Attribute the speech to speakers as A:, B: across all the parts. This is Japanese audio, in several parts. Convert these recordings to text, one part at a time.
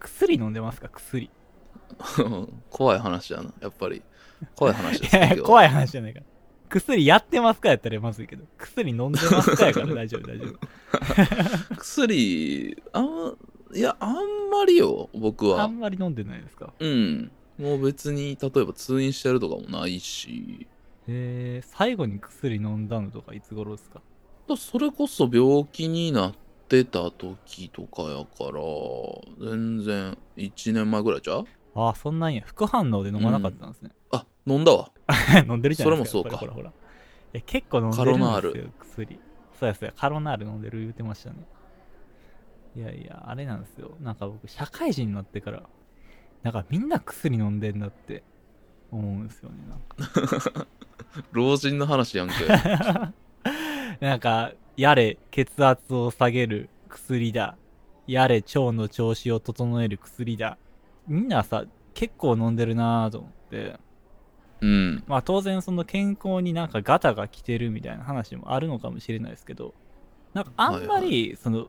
A: 薬飲んでますか薬
B: 怖い話だな、やっぱり。怖い話 で
A: い
B: す、
A: やいや怖
B: い。
A: い話じゃないから薬やってますかやったらまずいけど薬飲んでますかや から大丈夫大丈夫
B: 薬、あん、いや、あんまりよ、僕
A: あ
B: は。
A: んまり飲んでないですか
B: うん。もう別に、例えば通院してるとかもないし、
A: えー、最後に薬飲んだのとかいつ頃ですか
B: それこそ病気になってた時とかやから、全然、1年前ぐらいちゃう
A: ああそんなんや副反応で飲まなかったんですね、
B: あ、飲んだわ。
A: 飲んでるじゃないですか
B: それもそうか
A: ほらほらほらえ結構飲んでるん
B: カロナ
A: です
B: ー
A: よ薬そうやそうやカロナール飲んでる言うてましたねいやいやあれなんですよなんか僕社会人になってからなんかみんな薬飲んでんだって思うんですよねなんか
B: 老人の 話やんけ。
A: なんかやれ血圧を下げる薬だやれ腸の調子を整える薬だみんなさ結構飲んでるなぁと思って
B: うん。
A: まあ当然その健康になんかガタが来てるみたいな話もあるのかもしれないですけどなんかあんま
B: はい
A: りその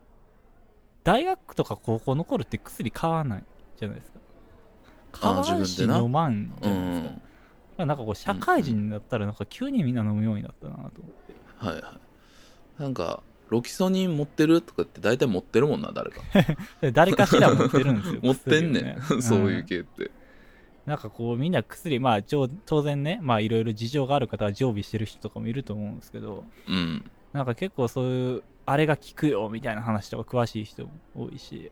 A: 大学とか高校の頃って薬買わないじゃないですか買
B: あ
A: わんし
B: 自分でな
A: 飲まんじ
B: う
A: ゃないですか,、
B: ん。
A: なんかこう社会人になったらなんか急にみんな飲むようになったなと思って
B: はいはい。なんか、ロキソニン持ってるとかって大体持ってるもんな、誰か。
A: で誰かしら持ってるんですよ
B: 持ってんね
A: 薬を
B: ん。 そういう
A: うん
B: 系って。
A: なんかこうみんな薬まあちょう当然ねまあいろいろ事情がある方は常備してる人とかもいると思うんですけど、
B: うん。
A: なんか結構そういう、あれが効くよみたいな話とか詳しい人も多いし、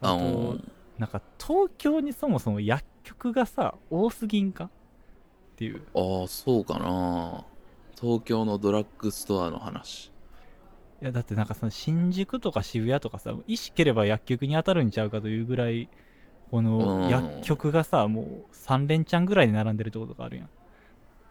B: あ
A: あ
B: の
A: と、なんか東京にそもそも薬局がさ、多すぎんかっていう。
B: あーそうかな。東京のドラッグストアの話。
A: いや、だってなんかその新宿とか渋谷とかさ、意識ければ薬局に当たるんちゃうかというぐらい、こ
B: うん
A: の薬局がさ、もう3連チャンぐらいで並んでるとことかあるやん。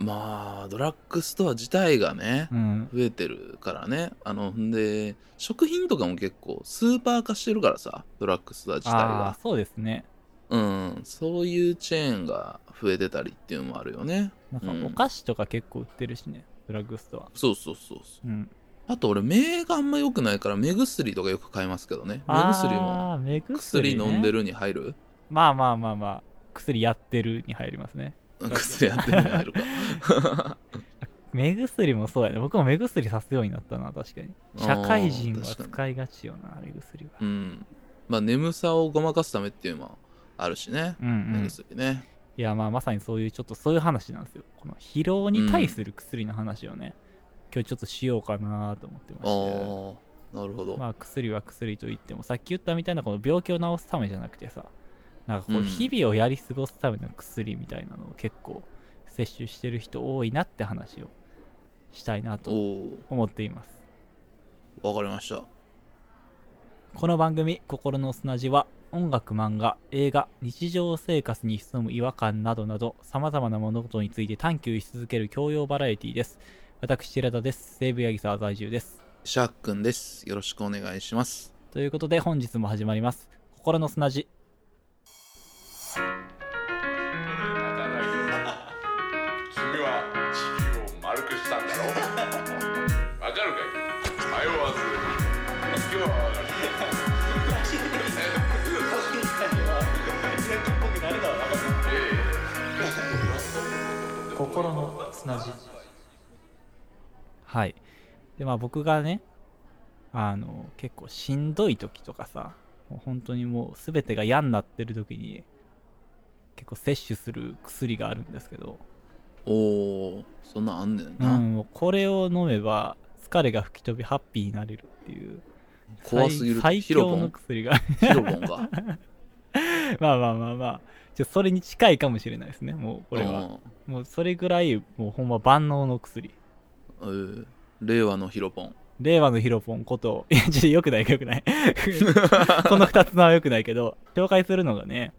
B: まあ、ドラッグストア自体がね、
A: うん。
B: 増えてるからね。あの、んで、食品とかも結構スーパー化してるからさ、ドラッグストア自体
A: ああ
B: が。、
A: そうですね。
B: うん。そういうチェーンが増えてたりっていうのもあるよね。
A: なんか
B: うん
A: お菓子とか結構売ってるしね、ドラッグストア。
B: そうそうそうそう。
A: うん。
B: あと俺目があんま良くないから目薬とかよく買いますけどね目薬も
A: あー、目薬も
B: 薬飲んでるに入る
A: まあまあまあまあ、薬やってるに入りますね。
B: 薬やってるに入るか
A: 目薬もそうやね。僕も目薬さすようになったな、確かに。社会人は使いがちよな、目薬は。
B: うんまあ眠さをごまかすためっていうのもあるしね
A: うんう
B: 目
A: ん。い
B: 薬ね
A: や、まあまさにそういう、ちょっとそういう話なんですよ。この疲労に対する薬の話をね、今日ちょっとしようかなと思ってま
B: ああ
A: して。
B: なるほど
A: まあ薬は薬といっても、さっき言ったみたいなこの病気を治すためじゃなくてさ、なんかこ
B: う
A: うん日々をやり過ごすための薬みたいなのを結構摂取してる人多いなって話をしたいなと
B: お
A: 思っています
B: おわかりました
A: この番組「心の砂地」は音楽漫画映画日常生活に潜む違和感などなどさまざまな物事について探求し続ける教養バラエティです私寺田です西武八木沢在住です
B: シャークンですよろしくお願いします
A: ということで本日も始まります「心の砂地」
C: 働く君は地球を丸くしたんだろわかるかい迷わず今日は
A: 心の砂地はいでまあ僕がねあの結構しんどい時とかさもう本当にもう全てが嫌になってる時に結構摂取する薬があるんですけど、
B: おおそんなんあんねん
A: う
B: な、
A: ん、もうこれを飲めば疲れが吹き飛びハッピーになれるっていう
B: 怖すぎる
A: 最
B: ヒ
A: 最
B: ロ
A: 強
B: ポ
A: の
B: ン
A: 薬が
B: ヒロポンが
A: まあまあまあまあちょそれに近いかもしれないですねもうこれは
B: うん
A: もうそれぐらいもうほんま万能の薬
B: えー令和のヒロポン
A: 令和のヒロポンこと、 いや、ちょっと良くない、良くない。 この二つのは良くないけど、紹介するのがね、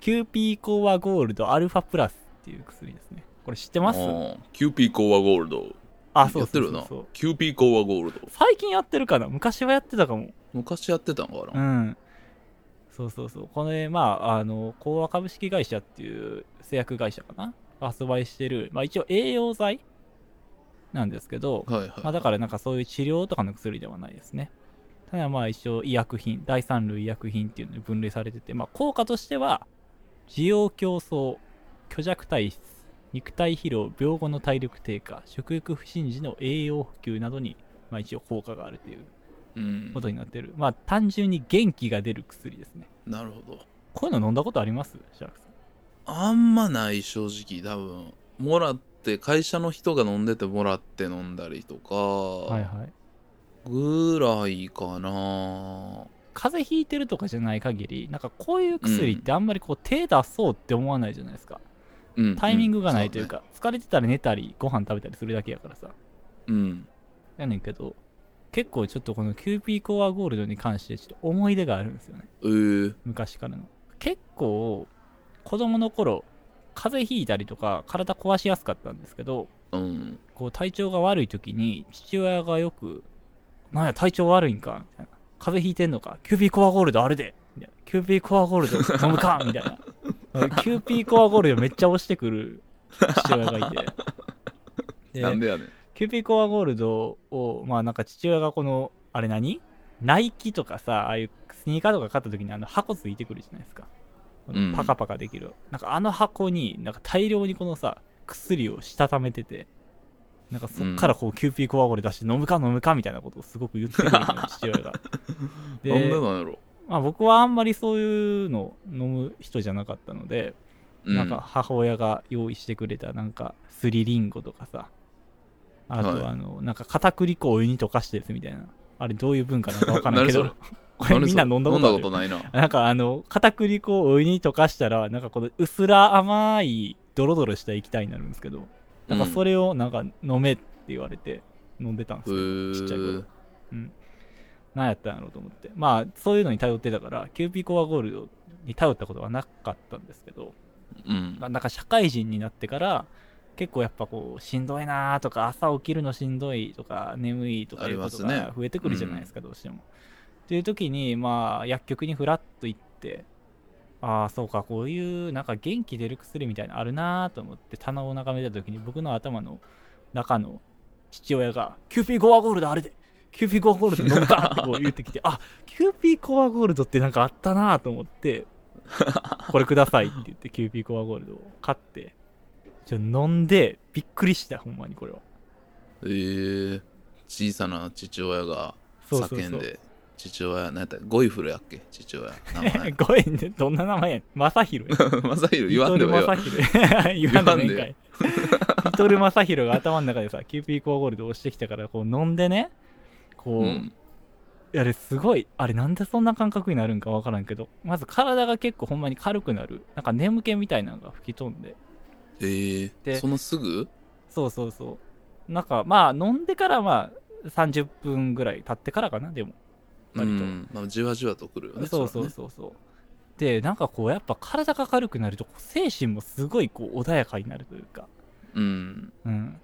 A: キューピーコーアゴールドアルファプラスっていう薬ですね。これ知ってます
B: うんキューピーコアゴールド
A: あ、そう
B: やっ
A: そ
B: て
A: う
B: るよ
A: そう
B: な
A: そう。
B: キューピーコアゴールド
A: 最近やってるかな昔はやってたかも。
B: 昔やってたんか
A: う
B: な、
A: ん。そうそうそう。これ、まあ、あの、コーア株式会社っていう製薬会社かな発売してる、まあ一応栄養剤なんですけど、
B: はいはい、
A: まあだからなんかそういう治療とかの薬ではないですね。ただまあ一応医薬品第三類医薬品っていうのに分類されてて、まあ、効果としては需要競争虚弱体質肉体疲労病後の体力低下食欲不振時の栄養補給などに、まあ、一応効果があるという
B: うん
A: ことになってる、まあ単純に元気が出る薬ですね
B: なるほど
A: こういうの飲んだことありますシャークさん
B: あんまない正直多分もらって会社の人が飲んでてもらって飲んだりと
A: はい
B: か
A: はい
B: ぐらいかな
A: 風邪ひいてるとかじゃない限りなんかこういう薬ってあんまりこう手出そうって思わないじゃないですか、
B: うん
A: タイミングがないというか、疲れてたら寝たりご飯食べたりするだけやからさ
B: うん
A: やねんけど結構ちょっとこのキューピーコアゴールドに関してちょっと思い出があるんですよね
B: そうねうんえー
A: 昔からの結構子供の頃風邪ひいたりとか体壊しやすかったんですけど
B: うん
A: こう体調が悪い時に父親がよく「なんや体調悪いんか」みたいな「風邪ひいてんのかキューピーコアゴールドあれで」みたいな「キューピーコアゴールド飲むか」みたいなキューピーコアゴールドめっちゃ押してくる父親がいてで
B: なんでやねん
A: キューピーコアゴールドを、まあなんか父親がこの、あれ何ナイキとかさ、ああいうスニーカーとか買った時にあの箱ついてくるじゃないですか。
B: うん
A: パカパカできる。なんかあの箱に、なんか大量にこのさ、薬をしたためてて、なんかそっからこう、キューピーコアゴールド出して飲むか飲むかみたいなことをすごく言ってくるのよ父親 が。で
B: なんでなんやろ
A: まあ僕はあんまりそういうの飲む人じゃなかったので、
B: う
A: なんか母親が用意してくれたなんかすりりんごとかさあ
B: はい
A: とあのなんか片栗粉をお湯に溶かしてですみたいなあれどういう文化なのかわからんけ
B: 何
A: ど これみんな飲んだことある
B: ない な
A: なんかあの片栗粉をお湯に溶かしたらなんかこの薄ら甘いドロドロした液体になるんですけどなんかそれをなんか飲めって言われて飲んでたんです
B: う
A: よ、
B: ん
A: ちっちゃい
B: へ
A: 頃なんやったんやろうと思ってまあそういうのに頼ってたからキューピーコアゴールドに頼ったことはなかったんですけど
B: ーうん
A: まあなんか社会人になってから結構やっぱこうしんどいなーとか朝起きるのしんどいとか眠いとか
B: あ
A: い
B: り
A: うこ
B: ま
A: と
B: すね
A: が増えてくるじゃないですかどうしても。っていう時にまあ薬局にふらっと行ってああそうかこういうなんか元気出る薬みたいなのあるなーと思って棚を眺めた時に僕の頭の中の父親が「キューピーゴアゴールドあれで!」キューピーコアゴールド飲むかってこう言ってきて、あ、キューピーコアゴールドってなんかあったなぁと思って、これくださいって言ってキューピーコアゴールドを買って、ちょ飲んで、びっくりした、ほんまにこれは。
B: えー小さな父親が
A: そうそうそう
B: 叫んで父親何やったゴイフルやっけ父親名 前
A: ごめんね、どんな名前やねん。マサヒロや。
B: マサヒル 言わんでも
A: リ
B: え
A: トルマ
B: えわ
A: サヒ ロ。言わんでもええん
B: 言
A: か
B: わん
A: い。リトルマサヒロが頭の中でさ、キューピーコアゴールドを押してきたから、こう飲んでね、こう、
B: うん
A: あれすごい、あれなんでそんな感覚になるんかわからんけど、まず体が結構ほんまに軽くなる、なんか眠気みたいなのが吹き飛んで、
B: えー
A: で
B: そのすぐ
A: そうそうそう。なんかまあ飲んでからまあ30分ぐらい経ってからかな、でも。
B: う
A: 割と
B: んまあじわじわとくるよね
A: そうそうそうそう。で、なんかこうやっぱ体が軽くなると、こう精神もすごいこう穏やかになるというか、
B: れはねうん
A: うん。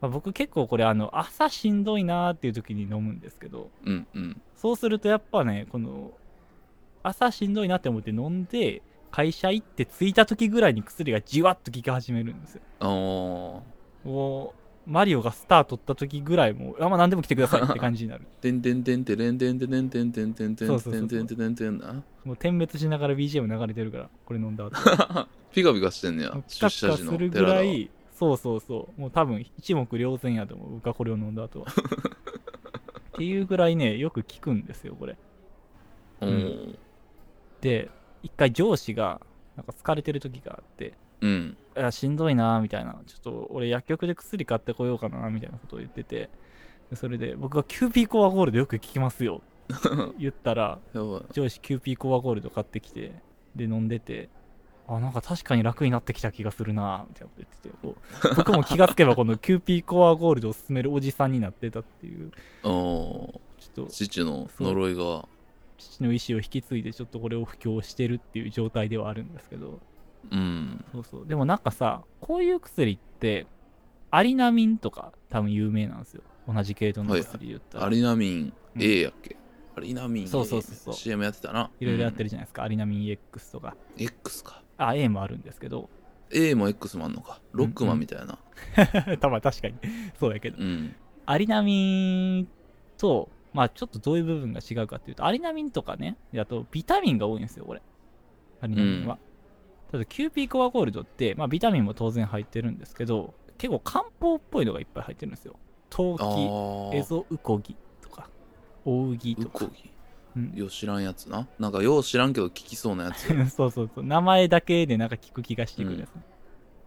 A: まあ、僕結構これあの朝しんどいなーっていう時に飲むんですけど、
B: うんうん
A: そうするとやっぱね、この、朝しんどいなって思って飲んで、会社行って着いた時ぐらいに薬がじわっと効き始めるんですよ。
B: あー
A: もう、マリオがスター取った時ぐらいもう、あ、まあ何でも来てくださいって感じになる。
B: てんてんてんてれんてんてんてんてんてんてんてんて
A: そうんそうそう
B: てんてんてんてんな
A: もう点滅しながら BGM 流れてるから、これ飲んだ後。も
B: ピカピカしてんねや
A: うピ
B: 出
A: カピ
B: 社
A: カ
B: 時
A: す
B: の
A: るぐ
B: 寺田
A: ら、
B: はい
A: そうそうそう。もう多分一目瞭然やと思う。僕がこれを飲んだ後は。っていうぐらいね、よく聞くんですよ、これ。
B: おー
A: で、一回上司が、なんか疲れてる時があって、
B: うん
A: いやしんどいなみたいなちょっと俺薬局で薬買ってこようかなみたいなことを言っててでそれで僕がキューピーコアゴールドよく聞きます よ言ったら
B: やばい
A: 上司キューピーコアゴールド買ってきてで飲んでてあなんか確かに楽になってきた気がするなみたいなこと言っててこう 僕も気がつけばこのキューピーコアゴールドを勧めるおじさんになってたっていう
B: おー
A: ちょっと
B: 父の呪いが
A: 父の意思を引き継いでちょっとこれを布教してるっていう状態ではあるんですけど
B: うん
A: そうそう。でもなんかさ、こういう薬って、アリナミンとか多分有名なんですよ。同じ系統の薬言ったら。
B: ア
A: い
B: リナミン
A: うん
B: A やっけ、アリナミン A
A: そうそうそうそう
B: CM やってたな
A: ろいろやって
B: る、
A: るじゃないですか。アリナミン EX とか。
B: うん X か
A: あ、A もあるんですけど。
B: A も X もあんのかロックマンみたいな
A: たま確かに。そうやけど。
B: うん
A: アリナミンとまあちょっとどういう部分が違うかっていうと、アリナミンとかね、あとビタミンが多いんですよ、これ。アリナミンは。ただ、キューピーコアゴールドって、まあビタミンも当然入ってるんですけど、結構漢方っぽいのがいっぱい入ってるんですよ。陶
B: あ
A: 器、
B: ー
A: エゾウコギとか、オウギ
B: う
A: と
B: こ
A: か。うん
B: ぎよう知らんやつななんかよう知らんけど聞きそうなやつ
A: そうそうそう。名前だけでなんか聞く気がしてくるやつね。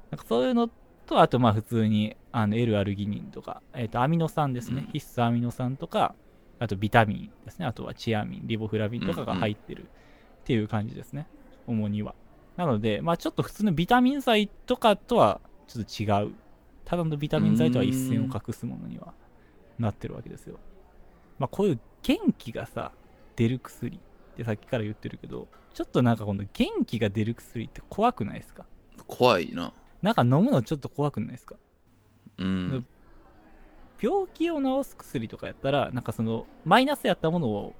A: なんかそういうのと、あとまあ普通に、あの、L アルギニンとか、えっ、と、アミノ酸ですね。
B: うん
A: 必須アミノ酸とか、あとビタミンですね。あとはチアミン、リボフラビンとかが入ってるっていう感じですね。主には。なので、まあちょっと普通のビタミン剤とかとはちょっと違う。ただのビタミン剤とは一線を画すものにはなってるわけですよ。まあこういう元気がさ、出る薬ってさっきから言ってるけど、ちょっとなんかこの元気が出る薬って怖くないですか
B: 怖いな
A: なんか飲むのちょっと怖くないですか
B: うん
A: 病気を治す薬とかやったら、なんかそのマイナスやったものを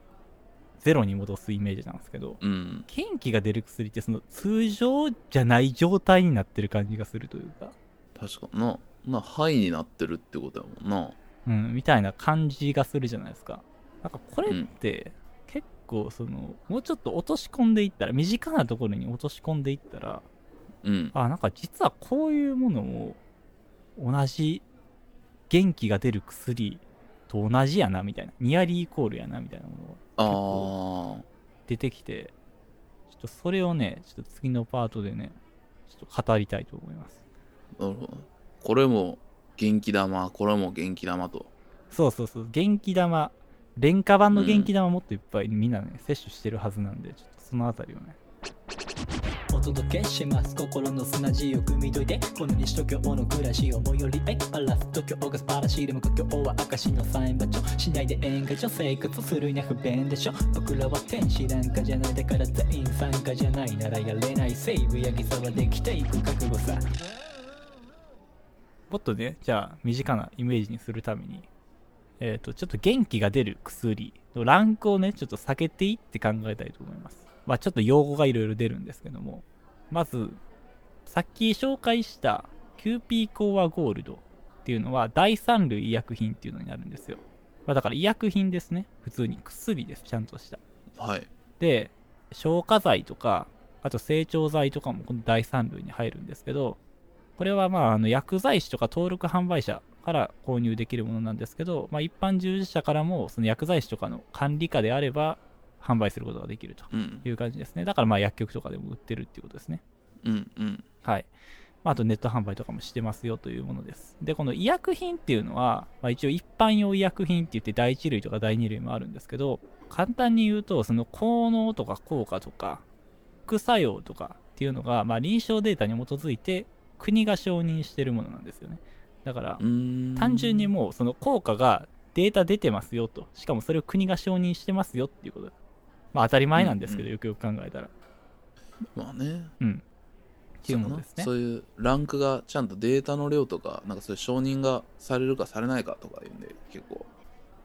A: ゼロに戻すイメージなんですけど、
B: うん
A: 元気が出る薬ってその通常じゃない状態になってる感じがするというか、
B: 確かなな肺になってるってことやもんな
A: うん、みたいな感じがするじゃないですか。なんかこれって、結構その、もうちょっと落とし込んでいったら、身近なところに落とし込んでいったら、
B: うん
A: あ、なんか実はこういうものも、同じ、元気が出る薬と同じやな、みたいな。ニアリーイコールやな、みたいなものが
B: あ
A: 構
B: ー
A: 出てきて、ちょっとそれをね、ちょっと次のパートでね、ちょっと語りたいと思います。
B: なるほどこれも元気玉これも元気玉と
A: そうそうそう、元気玉、廉価版の元気玉もっといっぱいみんなね、摂取してるはずなんで、ちょっとそのあたりをね。
D: お届けします心の砂地を汲み解いてこの西東京の暮らしを最寄り駅パラス東京が素晴らしいでも今日は証のサイン場所市内で宴会所生活するには不便でしょ僕らは天使なんかじゃないだから全員参加じゃないならやれないセーブやぎさはできていく覚悟さ
A: もっとね、じゃあ、身近なイメージにするために、えっ、と、ちょっと元気が出る薬のランクをね、ちょっと避けていって考えたいと思います。まあ、ちょっと用語がいろいろ出るんですけども、まず、さっき紹介したキューピーコアゴールドっていうのは、第三類医薬品っていうのになるんですよ。まあ、だから医薬品ですね。普通に薬です。ちゃんとした。
B: はい
A: で消化剤とかあと成長剤とかもこの第3類に入るんですけどこれはまああの薬剤師とか登録販売者から購入できるものなんですけど、まあ、一般従事者からもその薬剤師とかの管理下であれば販売することができると
B: うん
A: いう感じですねだからまあ薬局とかでも売ってるっていうことですね
B: うんうん
A: はい。まああとネット販売とかもしてますよというものです。で、この医薬品っていうのは、まあ、一応一般用医薬品って言って第1類とか第2類もあるんですけど、簡単に言うと、その効能とか効果とか、副作用とかっていうのが、まあ臨床データに基づいて国が承認してるものなんですよね。だから
B: う、ーん
A: 単純にもうその効果がデータ出てますよとしかもそれを国が承認してますよっていうことまあ当たり前なんですけ
B: う
A: ど
B: んうん
A: よくよく考えたらっ
B: まあね
A: ていうものですね
B: そういうランクがちゃんとデータの量とかなんかそういう承認がされるかされないかとかいうんで結構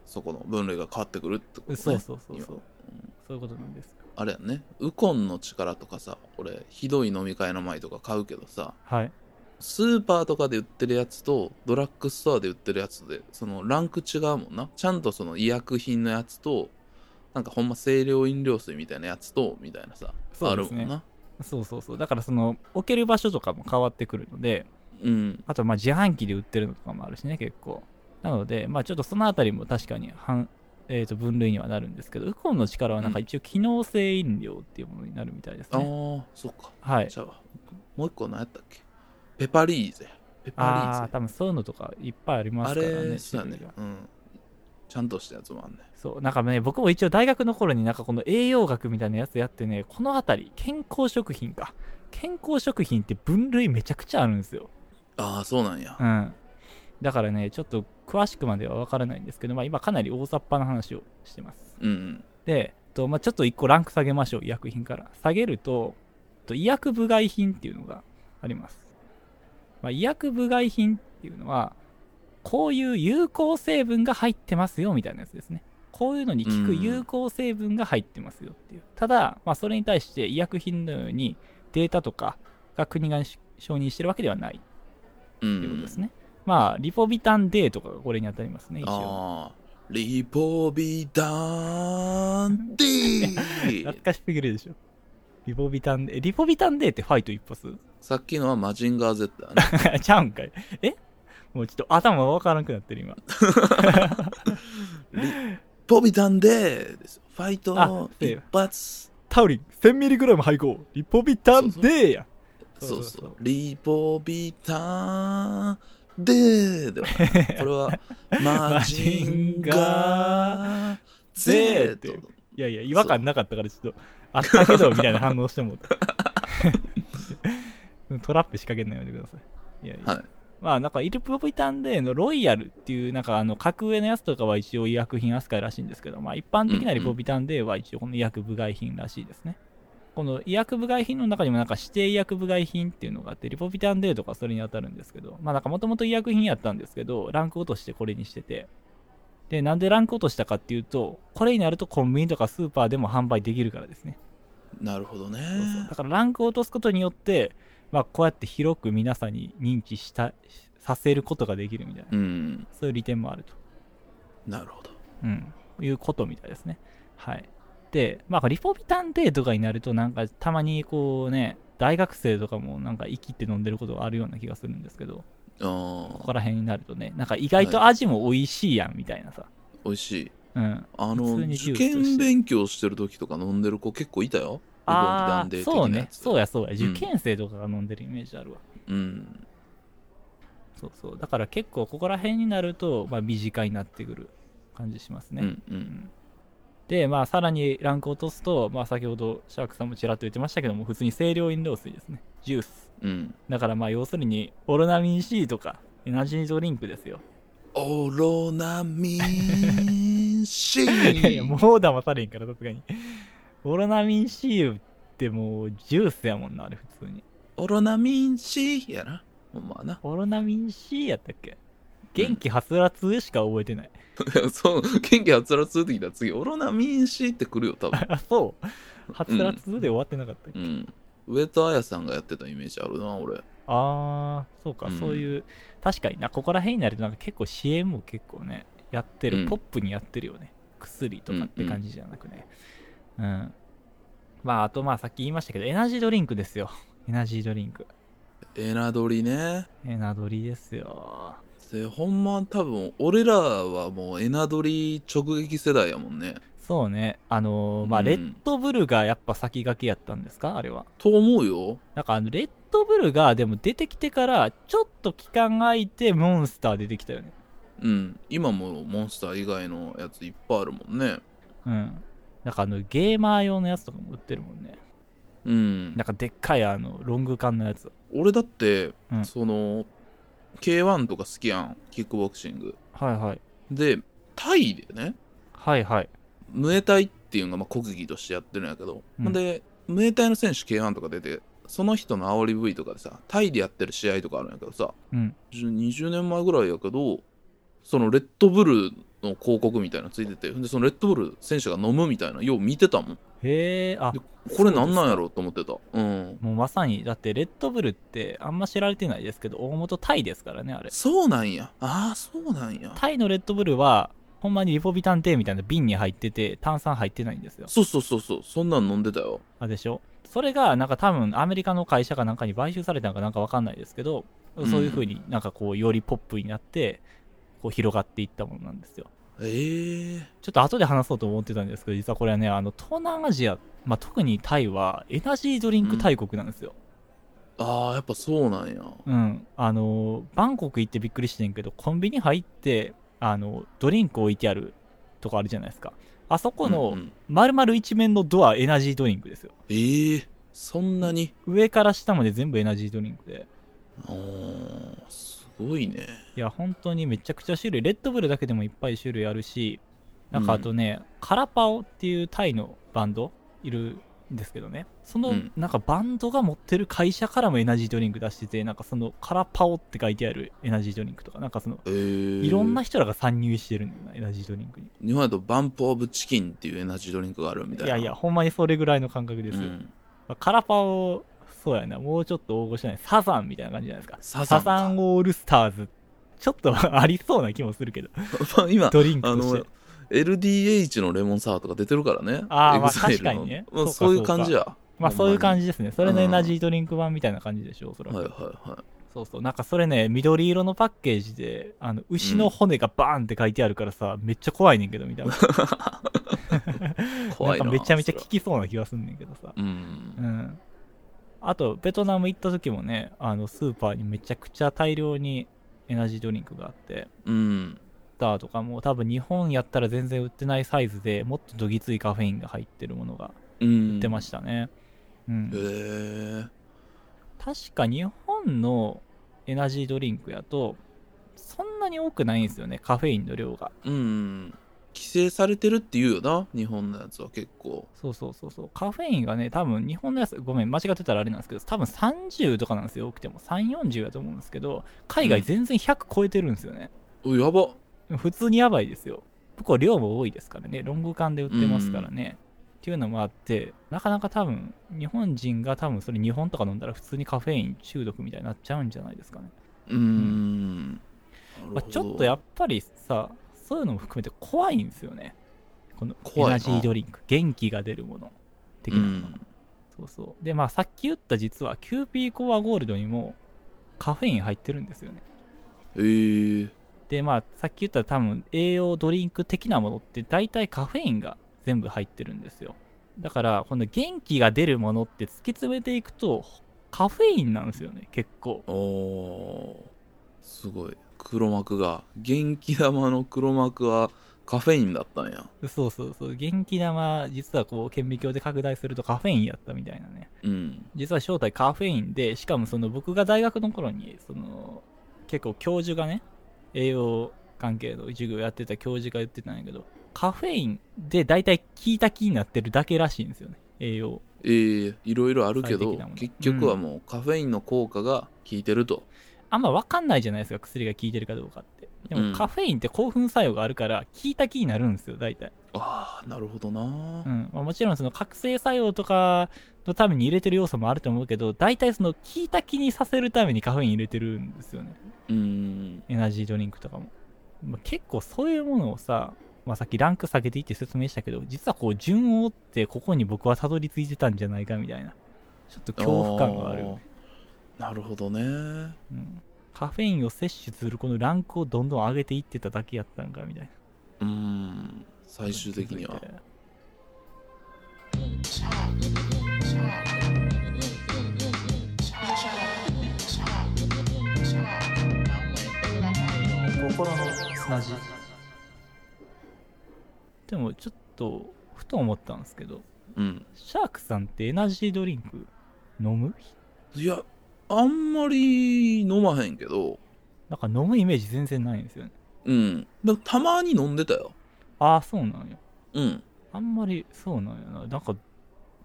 B: そこの分類が変わってくるってことね
A: そうそうそう
B: 今
A: そう
B: うん
A: そういうことなんです
B: あれやねウコンの力とかさ俺ひどい飲み会の前とか買うけどさ
A: はい
B: スーパーとかで売ってるやつとドラッグストアで売ってるやつでそのランク違うもんなちゃんとその医薬品のやつとなんかほんま清涼飲料水みたいなやつとみたいなさ、
A: そ
B: あ
A: うで
B: る
A: す
B: も
A: ね
B: んな
A: そうそうそうだからその置ける場所とかも変わってくるので
B: うん
A: あとまあ自販機で売ってるのとかもあるしね結構なのでまあちょっとそのあたりも確かに反えー、と分類にはなるんですけどウコンの力はなんか一応機能性飲料っていうものになるみたいです
B: ああ
A: ね、
B: ーそっか
A: はい
B: じゃあもう一個何やったっけペパリーゼペ
A: あ
B: パ
A: あ多分そういうのとかいっぱいあり
B: リーゼ
A: ま
B: あ
A: すからね
B: れ
A: 種
B: そうやね
A: 類が
B: うんちゃんとしたやつもあんね
A: そうなんかね僕も一応大学の頃になんかこの栄養学みたいなやつやってねこの辺り健康食品か健康食品って分類めちゃくちゃあるんですよ
B: ああそうなんや
A: うんだからねちょっと詳しくまでは分からないんですけど、まあ、今かなり大雑把な話をしてます
B: うんうん
A: で、えっとまあ、ちょっと一個ランク下げましょう医薬品から下げるとえっと医薬部外品っていうのがあります、まあ、医薬部外品っていうのはこういう有効成分が入ってますよみたいなやつですねこういうのに効く有効成分が入ってますよっていうただ、まあ、それに対して医薬品のようにデータとかが国が承認してるわけではない
B: うん
A: っていうことですね。まあ、リポビタン D とかがこれに当たりますね、一応。
B: ああリポビタンディ
A: 懐かしすぎるでしょ。リポビタンデー、リポビタンデーってファイト一発
B: さっきのはマジンガー Z だね。
A: ちゃうんかい。えもうちょっと頭わからなくなってる今。
B: ポビタンデーですよファイ
A: あ
B: ト
A: そう
B: 一発
A: タウリン 1000mg 配合、リポビタンデーや。
B: そ
A: そ
B: うそう
A: うそうそう
B: リポビタンデー ではないこれはマジンガー Z
A: ゼーいやいや、違和感なかったからちょっと、あったけど、みたいな反応してもうた。 トラップ仕掛けないようにください。いやいや。
B: はい
A: まあ、なんか、イルプビタンデーのロイヤルっていう、なんか、あの、格上のやつとかは一応医薬品扱いらしいんですけど、まあ、一般的なリポビタンデーは一応この医薬部外品らしいですね。この医薬部外品の中にもなんか指定医薬部外品っていうのがあって、リポビタンデーとかそれに当たるんですけど、まあなんかもともと医薬品やったんですけど、ランク落としてこれにしてて、で、なんでランク落としたかっていうと、これになるとコンビニとかスーパーでも販売できるからですね。
B: なるほどね
A: そうそうだからランクを落とすことによって、まあ、こうやって広く皆さんに認知したさせることができるみたいな、
B: うん
A: そういう利点もあると、
B: なるほど
A: うん、いうことみたいですね。はい、で、まあ、リポビタンデーとかになると、なんかたまにこうね、大学生とかもなんか息って飲んでることがあるような気がするんですけど、こ
B: あ
A: こら辺になるとね、なんか意外と味も美味しいやんみたいなさ、
B: ー美味しい
A: うん、
B: あ
A: 普
B: の
A: 通にジュ
B: 受
A: ースとして
B: 験勉強してる時とか飲んでる子結構いたよ
A: あ
B: リ
A: ー
B: ポビタ
A: そう
B: ンデー的な
A: ね
B: や、つ
A: そうやそうや、
B: ん
A: 受験生とかが飲んでるイメージあるわ。
B: うん
A: そうそうだから結構ここら辺になると、まあ、身近になってくる感じしますね、
B: うんう
A: うんんでまあさらにランクを落とすと、まあ、先ほどシャークさんもちらっと言ってましたけども普通に清涼飲料水ですねジュース
B: うん
A: だからまあ要するにオロナミン C とかエナジードリンクですよ
B: オロナミン C
A: いやいや もう騙されへんからさすがにオロナミン C ってもうジュースやもんなあれ普通に
B: オロナミン C やなほんまあな
A: オロナミン C やったっけ元気はつらつしか覚えてない、
B: そう元気はつらつってきたら次オロナミン C ってくるよ多 分
A: あそう はつらつで終わってなかったっけ
B: うん上戸彩さんがやってたイメージあるな俺
A: ああそうか、
B: うん
A: そういう確かになここら辺になるとなんか結構 CM も結構ねやってる、
B: うん
A: ポップにやってるよね薬とかって感じじゃなくねうん、まああとまあさっき言いましたけどエナジードリンクですよエナジードリンク
B: エナドリね
A: エナドリですよ
B: でほんま多分俺らはもうエナドリ直撃世代やもんね
A: そうねあのーまあ、
B: うん
A: レッドブルがやっぱ先駆けやったんですかあれは
B: と思うよ
A: なんかあのレッドブルがでも出てきてからちょっと期間空いてモンスター出てきたよね
B: うん今もモンスター以外のやついっぱいあるもんね
A: うんなんかあのゲーマー用のやつとかも売ってるもんね
B: うん
A: なんかでっかいあのロング缶のやつ。
B: 俺だって、
A: うん
B: その K1 とか好きやんキックボクシング
A: はいはい。
B: でタイでね
A: はいはい。
B: ムエタイっていうのがまあ国技としてやってるんやけど、
A: うん
B: でムエタイの選手 K1 とか出てその人の煽り V とかでさタイでやってる試合とかあるんやけどさ
A: うん。
B: 20年前ぐらいやけどそのレッドブルの広告みたいなのついててでそのレッドブル選手が飲むみたいなよう見てたもん
A: へえ、あ
B: で、これなんなんやろうと思ってたうん
A: もうまさに、だってレッドブルってあんま知られてないですけど、大元タイですからね、あれ。
B: そうなんやああそうなんや
A: タイのレッドブルは、ほんまにリポビタンテーみたいな瓶に入ってて、炭酸入ってないんですよ。
B: そうそうそうそうそんなん飲んでたよ
A: あ、でしょそれが、なんか多分アメリカの会社かなんかに買収されたのかなんかわかんないですけど、そういう風になんかこう、よりポップになって、こう広がっていったものなんですよ。
B: ええ
A: ちょっと後で話そうと思ってたんですけど、実はこれはね、あの、東南アジア、まあ、特にタイは、エナジードリンク大国なんですよ。
B: ああやっぱそうなんや
A: うん。あの、バンコク行ってびっくりしてんけど、コンビニ入って、あの、ドリンク置いてあるとこあるじゃないですか。あそこ
B: う
A: の
B: んう、ん
A: 丸々一面のドア、エナジードリンクですよ。
B: ええそんなに
A: 上から下まで全部エナジードリンクで。
B: おーすごいね
A: いや、本当にめちゃくちゃ種類、レッドブルだけでもいっぱい種類あるし、なんかあとね、カラパオっていうタイのバンドいるんですけどね、その、
B: うん
A: なんかバンドが持ってる会社からもエナジードリンク出してて、なんかそのカラパオって書いてあるエナジードリンクとか、なんかその、
B: ええ
A: いろんな人らが参入してるんだよな、エナジードリンクに。
B: 日本だとバンプ・オブ・チキンっていうエナジードリンクがあるみたい
A: い
B: な
A: やいや、ほんまにそれぐらいの感覚です
B: う
A: よ。
B: ん、
A: まあカラパオ、そうやな、もうちょっと大御所じゃない、サザンみたいな感じじゃないですか。
B: サザ
A: サ
B: ン
A: ザンオールスターズ。ちょっとありそうな気もするけど、
B: まあ今
A: ドリンク
B: あ
A: として
B: の。 LDH のレモンサワーとか出てるからね。
A: あーまあ
B: EXILE の
A: 確かにね
B: まあ、
A: そうか
B: そういう感じや。
A: まあそういう感
B: じ。
A: じですね。それのエナジードリンク版みたいな感じでしょ、おそら
B: はいはい
A: く。
B: は
A: そうそう。なんかそれね、緑色のパッケージで、あの、牛の骨がバーンって書いてあるからさ、めっちゃ怖いねんけど、みたいな。
B: い。怖 いな。
A: んかめちゃめちゃ効
B: それは
A: きそうな気がすんねんけどさ。
B: う。
A: うんん。あと、ベトナム行った時もね、あの、スーパーにめちゃくちゃ大量にエナジードリンクがあって、
B: うん。
A: スターとかも多分日本やったら全然売ってないサイズでもっとどぎついカフェインが入ってるものが
B: うん。
A: 売ってましたね。うん
B: へえ。
A: 確か日本のエナジードリンクやとそんなに多くないんですよねカフェインの量が
B: うん。規制されてるって言うよな、日本のやつは結構。
A: そうそうそうそうカフェインがね多分日本のやつごめん間違ってたらあれなんですけど多分30とかなんですよ多くても340やと思うんですけど海外全然100超えてるんですよね、
B: おやば。
A: 普通にやばいですよ結構量も多いですからねロング缶で売ってますからね、っていうのもあってなかなか多分日本人が多分それ日本とか飲んだら普通にカフェイン中毒みたいになっちゃうんじゃないですかね
B: うん。な
A: ま
B: るほ
A: あ、
B: ど
A: ちょっとやっぱりさそういうのも含めて怖いんですよねこのエ
B: 怖いな
A: ナジードリンク元気が出るもの的
B: う
A: な、
B: ん。
A: そうそうでまあさっき言った実はキューピーコアゴールドにもカフェイン入ってるんですよね
B: へえ。
A: でまあさっき言った多分栄養ドリンク的なものって大体カフェインが全部入ってるんですよだからこの元気が出るものって突き詰めていくとカフェインなんですよね結構
B: おーすごい黒幕が元気玉の黒幕はカフェインだったんや
A: そうそうそう元気玉実はこう顕微鏡で拡大するとカフェインやったみたいなね
B: うん
A: 実は正体カフェインでしかもその僕が大学の頃にその結構教授がね栄養関係の授業やってた教授が言ってたんやけどカフェインで大体効いた気になってるだけらしいんですよね栄養
B: えー、いろいろあるけ
A: 最
B: ど
A: 適なもの
B: 結局はもうカフェインの効果が効いてると、
A: あんま分かんないじゃないですか薬が効いてるかどうかってで
B: うん
A: もカフェインって興奮作用があるから効いた気になるんですよ大体、
B: ああなるほどな
A: う
B: ー
A: んまあ、もちろんその覚醒作用とかのために入れてる要素もあると思うけど大体その効いた気にさせるためにカフェイン入れてるんですよね
B: うーん
A: エナジードリンクとかも。まあ、結構そういうものをさ、まあ、さっきランク下げていいって説明したけど、実はこう順を追ってここに僕はたどり着いてたんじゃないかみたいな。ちょっと恐怖感があるよね、
B: あーなるほどね
A: うん。カフェインを摂取するこのランクをどんどん上げていってただけやったんかみたいな。
B: うーん最終的には
A: 気づいてでもちょっと、ふと思ったんですけど、
B: うん
A: シャークさんってエナジードリンク飲む
B: いやあんまり飲まへんけど
A: なんか飲むイメージ全然ないんですよね。
B: うんだたまに飲んでたよ
A: ああ、そうなんや。
B: うん
A: あんまりそうなんやな。なんか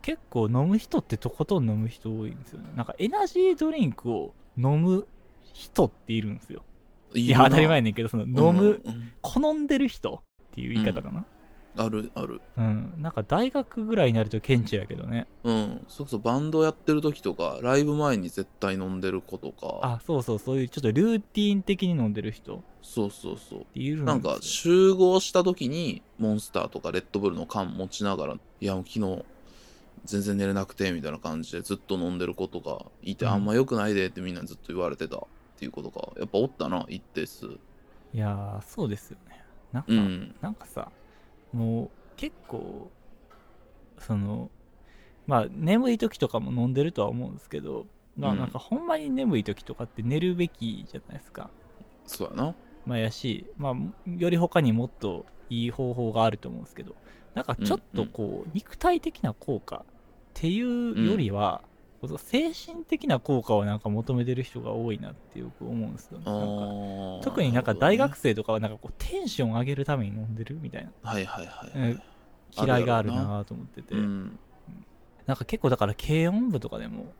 A: 結構飲む人ってとことん飲む人多いんですよね。なんかエナジードリンクを飲む人っているんですよ。
B: い
A: い
B: る
A: や、
B: な
A: 当たり前やねんけど、その飲む、
B: うんうん
A: 好んでる人っていう言い方かな。
B: あるある
A: うん。なんか大学ぐらいになると顕著やけどね。
B: うん、そうそうバンドやってる時とかライブ前に絶対飲んでる子とか
A: あ、そうそう、そういうちょっとルーティン的に飲んでる人っ
B: そうそうそう
A: ているんですよ
B: なんか集合した時にモンスターとかレッドブルの缶持ちながらいやもう昨日全然寝れなくてみたいな感じでずっと飲んでる子とかいて、
A: うん
B: あんま良くないでってみんなずっと言われてたっていう子とかやっぱおったな一定数
A: いやー、そうですよね。なんか、
B: うん
A: なんかさ、もう結構、その、まあ眠い時とかも飲んでるとは思うんですけど、ま
B: う
A: あ
B: ん
A: なんかほんまに眠い時とかって寝るべきじゃないですか。
B: そうやな
A: まあやし、まあより他にもっといい方法があると思うんですけど、なんかちょっとこう、肉体的な効果っていうよりは、この精神的な効果をなんか求めてる人が多いなってよく思うんですよね。
B: あ
A: なんか
B: ー
A: 特になんか
B: るほどね
A: 大学生とかはなんかこうテンション上げるために飲んでるみたいな
B: はいはいはい、
A: うん嫌いがあるなぁと思ってて、
B: うん
A: なんか結構だから軽音部とかでも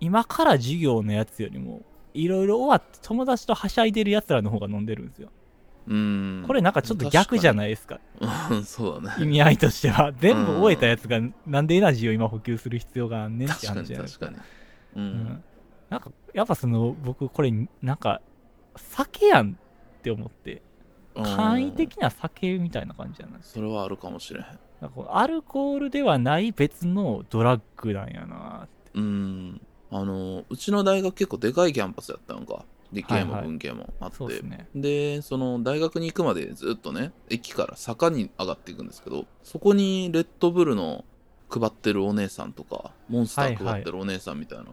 A: 今から授業のやつよりもいろいろ終わって友達とはしゃいでるやつらの方が飲んでるんですよ
B: うん
A: これなんかちょっと逆じゃ
B: な
A: な
B: い
A: いですか
B: そうだね
A: 意味合いとしては全部終えたやつがなんでエナジーを今補給する必要があんねんって
B: 確か
A: 話
B: に
A: じゃないです
B: 確
A: か
B: かにう
A: うんん、なんかやっぱその僕これなんか酒やんって思って
B: うん
A: 簡易的な酒みたいな感じじゃない
B: それはあるかもしれへん
A: なんかこうアルコールではない別のドラッグなんやな
B: うんあのうちの大学結構でかいキャンパスやったんか理系
A: はいは
B: も
A: い
B: 文系もあって、
A: そうですね
B: でその大学に行くまでずっとね駅から坂に上がっていくんですけどそこにレッドブルの配ってるお姉さんとかモンスタ
A: はい
B: ー
A: はい
B: 配ってるお姉さんみたいな、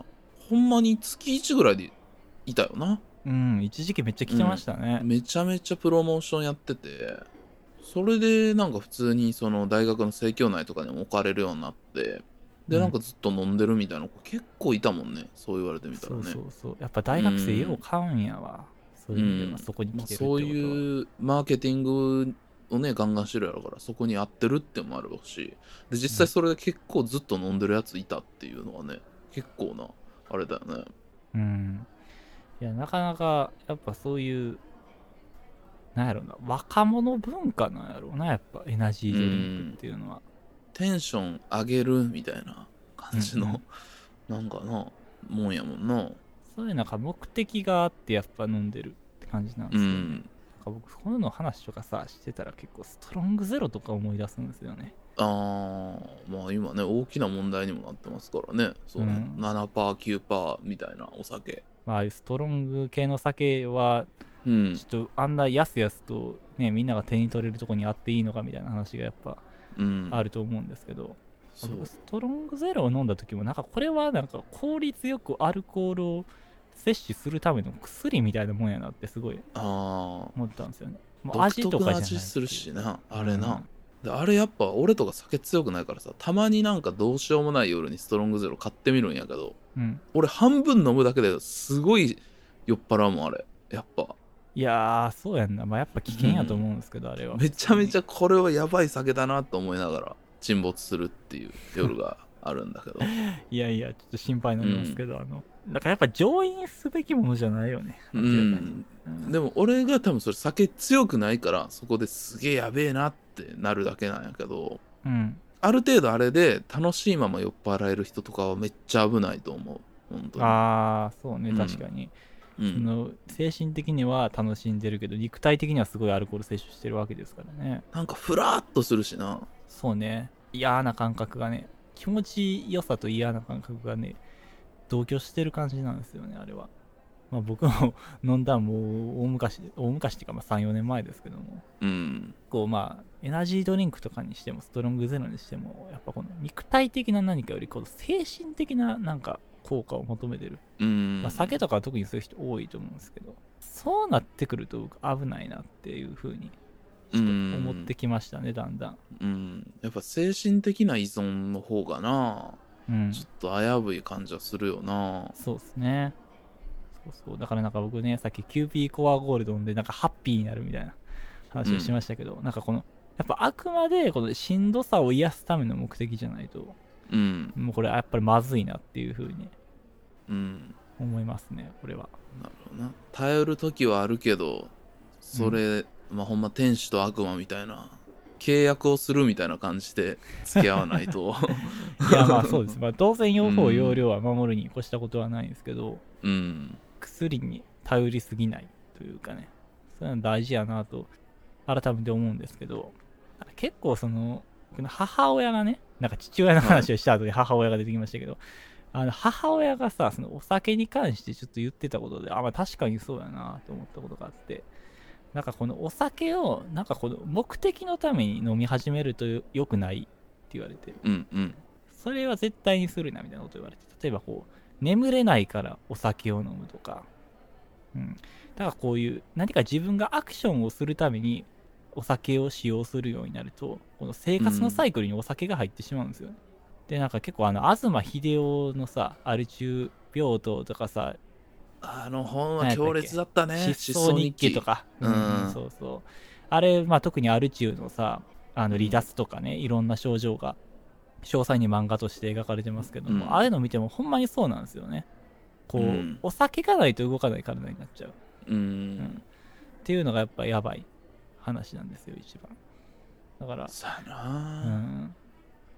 B: ほんまに月1ぐらいでいたよな
A: うん一時期めっちゃ来てましたね、
B: めちゃめちゃプロモーションやっててそれでなんか普通にその大学の生協内とかにも置かれるようになって
A: う
B: で
A: ん
B: なんかずっと飲んでるみたいな子結構いたもんねそう言われてみた
A: そ
B: らね
A: うそうそうやっぱ大学生よう買うんやわ、そういう意味では
B: うん
A: そこに
B: ま
A: 来
B: あ、
A: てるってこと
B: そ
A: は、
B: ういうマーケティングをねガンガンしてるやろからそこに合ってるってのもあるしで実際それで結構ずっと飲んでるやついたっていうのはね結構なあれだよね
A: うん。いや、なかなか、やっぱそういう、なんやろな、若者文化なんやろうな、やっぱエナジードリンクっていうのは。
B: テンション上げるみたいな感じの、なんかなもんやもんな
A: そういうなんか目的があって、やっぱ飲んでるって感じなんで
B: う
A: すよね。なん
B: ん
A: か僕、こういうの話とかさ、してたら結構ストロングゼロとか思い出すんですよね。
B: あーまあ今ね大きな問題にもなってますからねそう、
A: うん
B: 7パー9%みたいなお酒
A: まあ、ああいうストロング系の酒は、
B: う
A: ち
B: ん
A: ょっとあんなやすやすとね、みんなが手に取れるとこにあっていいのかみたいな話がやっぱ
B: うん
A: あると思うんですけど、
B: そう
A: 僕ストロングゼロを飲んだ時もなんかこれはなんか効率よくアルコールを摂取するための薬みたいなもんやなってすごい
B: ああ
A: 思ったんですよねもう
B: 独
A: 味と
B: 特
A: か
B: な
A: じゃない
B: 味するしなあれ
A: う
B: な、
A: ん
B: であれやっぱ俺とか酒強くないからさたまになんかどうしようもない夜にストロングゼロ買ってみるんやけど
A: うん
B: 俺半分飲むだけですごい酔っ払うもんあれやっぱ
A: いやーそうやんなまあやっぱ危険やと思うんですけど、あれは
B: めちゃめち
A: ゃ
B: ゃこれはやばい酒だなと思いながら沈没するっていう夜があるんだけ ど
A: いやいやちょっと心配になりますけど、あのだからやっぱ上飲すべきものじゃないよね
B: う
A: 明らかに、
B: ん
A: うん
B: でも俺が多分それ酒強くないからそこですげえやべえなってなるだけなんやけど
A: うん
B: ある程度あれで楽しいまま酔っ払える人とかはめっちゃ危ないと思う本当に
A: ああそうね
B: うん
A: 確かに、
B: うん
A: その精神的には楽しんでるけど肉体的にはすごいアルコール摂取してるわけですからね
B: なんかふらーっとするしな
A: そうね嫌な感覚がね気持ち良さと嫌な感覚がね同居してる感じなんですよねあれはまあ僕も飲んだんもう大昔大昔っていうかまあ34年前ですけども
B: うん
A: こうまあエナジードリンクとかにしてもストロングゼロにしてもやっぱこの肉体的な何かよりこの精神的ななんか効果を求めてる、
B: うん、
A: まあ、酒とかは特にそういう人多いと思うんですけどそうなってくると僕危ないなっていうふうに思ってきましたねだんだん、
B: うん、うん、やっぱ精神的な依存の方がな、
A: うん、
B: ちょっと危うい感じはするよな
A: そうですね。そうそう。だからなんか僕ね、さっきキューピーコアゴールドンでなんかハッピーになるみたいな話をしましたけど、なんかこの、やっぱあくまでこのしんどさを癒すための目的じゃないと、
B: うん
A: もうこれはやっぱりまずいなっていうふうに
B: うん
A: 思いますね、これは。
B: なるほどな頼る時はあるけどそれ、まあほんま天使と悪魔みたいな契約をするみたいな感じで付き合わな いと
A: いやまあそう です。まあ当然用法用量は守るに越したことはないんですけど、
B: うん
A: 薬に頼りすぎないというかね、そういうの大事やなと改めて思うんですけど、結構その、僕の母親がね、なんか父親の話をした後に母親が出てきましたけど、あの母親がさ、そのお酒に関してちょっと言ってたことで、あ、まあ確かにそうやなと思ったことがあって、なんかこのお酒を、なんかこの目的のために飲み始めると良くないって言われて、
B: うんうん
A: それは絶対にするなみたいなこと言われて例えばこう眠れないからお酒を飲むとか、うん、だからこういう何か自分がアクションをするためにお酒を使用するようになるとこの生活のサイクルにお酒が入ってしまうんですよね、でなんか結構あの東秀夫のさアル中病棟とかさ
B: あの本は強烈だったね
A: 失踪日記とか、
B: うん
A: うんそうそうあれ、まあ、特にアルチューのさあの離脱とかね、いろんな症状が詳細に漫画として描かれてますけども、
B: うん
A: ああいうの見てもほんまにそうなんですよねこう、
B: うん
A: お酒がないと動かない体になっちゃう、
B: う
A: うん
B: ん
A: っていうのがやっぱやばい話なんですよ一番だから
B: さあな
A: う、ん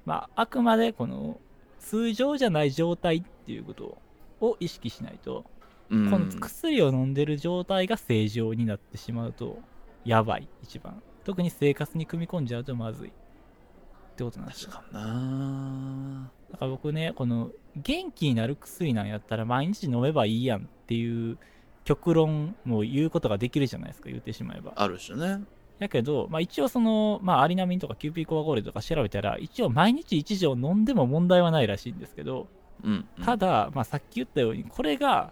A: まああくまでこの通常じゃない状態っていうことを意識しないと
B: うん
A: この薬を飲んでる状態が正常になってしまうとやばい一番特に生活に組み込んじゃうとまずいってことなんです
B: 確
A: よ
B: かにな
A: だから僕ねこの元気になる薬なんやったら毎日飲めばいいやんっていう極論も言うことができるじゃないですか言ってしまえば
B: ある種ね
A: やけど、まあ、一応その、まあ、アリナミンとかキューピーコアゴールドとか調べたら一応毎日1錠飲んでも問題はないらしいんですけど
B: うん、うん、
A: ただ、まあ、さっき言ったようにこれが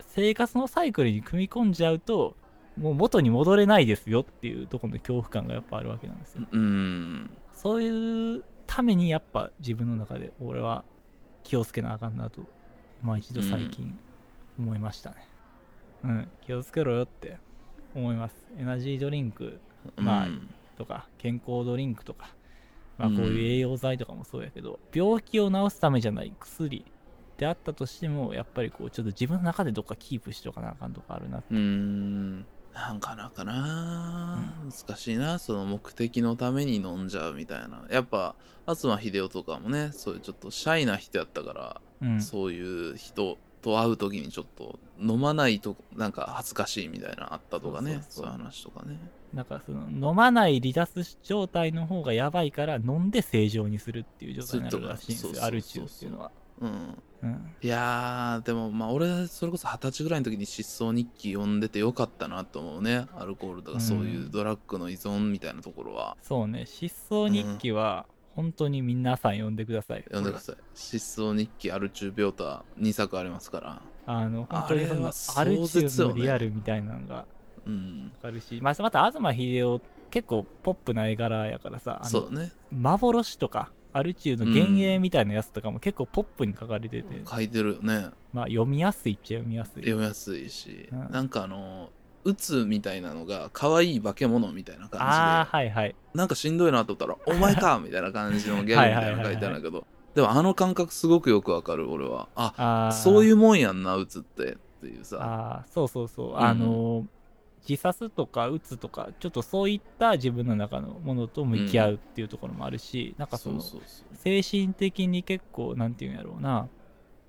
A: 生活のサイクルに組み込んじゃうともう元に戻れないですよっていうところの恐怖感がやっぱあるわけなんですよ、
B: うん
A: そういうためにやっぱ自分の中で俺は気をつけなあかんなとまあ一度最近思いましたねうん、気をつけろよって思いますエナジードリンクまあ
B: うん
A: とか健康ドリンクとか、まあ、
B: うん
A: こういう栄養剤とかもそうやけど、病気を治すためじゃない薬であったとしてもやっぱりこうちょっと自分の中でどっかキープしとかなあかんとかあるなって
B: うーんなんかなかな、難しいなその目的のために飲んじゃうみたいなやっぱ東秀夫とかもねそういうちょっとシャイな人やったから、
A: うん
B: そういう人と会う時にちょっと飲まないとなんか恥ずかしいみたいなのあったとかね
A: そそうそ
B: そう
A: う
B: ういう話とかね
A: なんかその飲まない離脱状態の方がやばいから飲んで正常にするっていう状態になるらしいんです
B: そうそうそう
A: よ
B: そう
A: アルチューっていうのは、
B: うん
A: うん、
B: いやーでもまあ俺それこそ二十歳ぐらいの時に失踪日記読んでてよかったなと思うねアルコールとかそういうドラッグの依存みたいなところは、
A: そうね失踪日記は本当に皆さん読んでください、
B: 読んでください失踪日記アルチュー病とは2作ありますから
A: あの本当にそのア
B: あれ
A: ル
B: は
A: チ
B: 壮
A: ュー
B: 絶よ
A: の
B: ね
A: リアルみたいなのが
B: うん
A: わかるし、まあ、また東秀夫結構ポップな絵柄やからさあ
B: そ
A: の
B: うね
A: 幻とかアルチューの幻影みたいなやつとかも結構ポップに書かれてて、
B: 書いてるよね
A: まあ読みやすいっちゃ読みやすい
B: 読みやすいし、
A: うん
B: なんかあのうつみたいなのが可愛い化け物みたいな
A: ああ
B: 感じ
A: はいはい
B: でなんかしんどいなと思ったら「お前か!」みたいな感じのギャグみたいなの書いてあるんだけどでもあの感覚すごくよくわかる俺はあ
A: あ
B: そういううもんやんなうつってっていうさ
A: あーそうそうそう、あのー自殺とか鬱とかちょっとそういった自分の中のものと向き合うっていうところもあるし、なんかそ
B: そう
A: の
B: そうそう
A: 精神的に結構なんていうんやろうな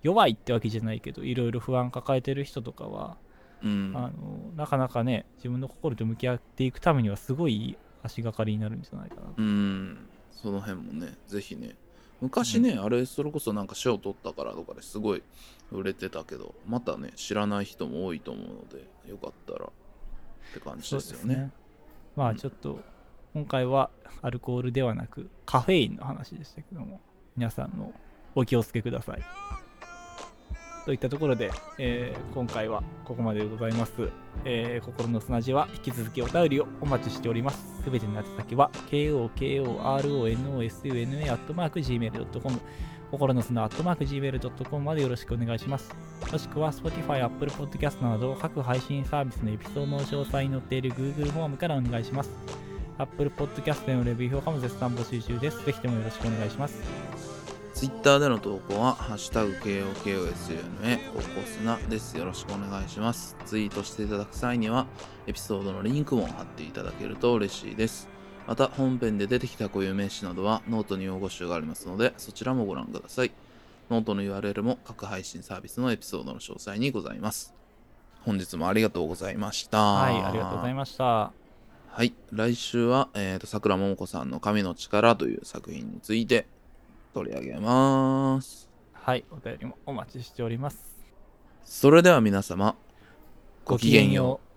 A: 弱いってわけじゃないけどいろいろ不安抱えてる人とかは
B: うん
A: あのなかなかね自分の心と向き合っていくためにはすごいいい足がかりになるんじゃないかなと、
B: うんその辺もねぜひね昔ね、あれそれこそなんか賞取ったからとかですごい売れてたけどまたね知らない人も多いと思うのでよかったらって感じですよね
A: ま
B: う
A: あ
B: ん
A: ちょっと今回はアルコールではなくカフェインの話でしたけども皆さんもお気をつけくださいといったところで、えー今回はここまででございます、えー心の砂地は引き続きお便りをお待ちしておりますすべての宛先は kokoronosuna.gmail.com 心の砂 .gmail.com までよろしくお願いしますもしくは Spotify、Apple Podcast など各配信サービスのエピソードの詳細に載っている Google フォームからお願いします。Apple Podcast へのレビュー評価も絶賛募集中です。ぜひともよろしくお願いします。
B: Twitter での投稿は「ハッシュタグ #KOKOSUNA ココスナ」ですよろしくお願いしますツイートしていただく際にはエピソードのリンクも貼っていただけると嬉しいですまた本編で出てきた固有名詞などはノートに用語集がありますのでそちらもご覧くださいノートの URL も各配信サービスのエピソードの詳細にございます本日もありがとうございました
A: はい、ありがとうございました。
B: はい、来週は、えー、と桜ももこさんの「神の力」という作品について取り上げます
A: はい、お便りもお待ちしております。
B: それでは皆様、ごきげんよう。
A: う。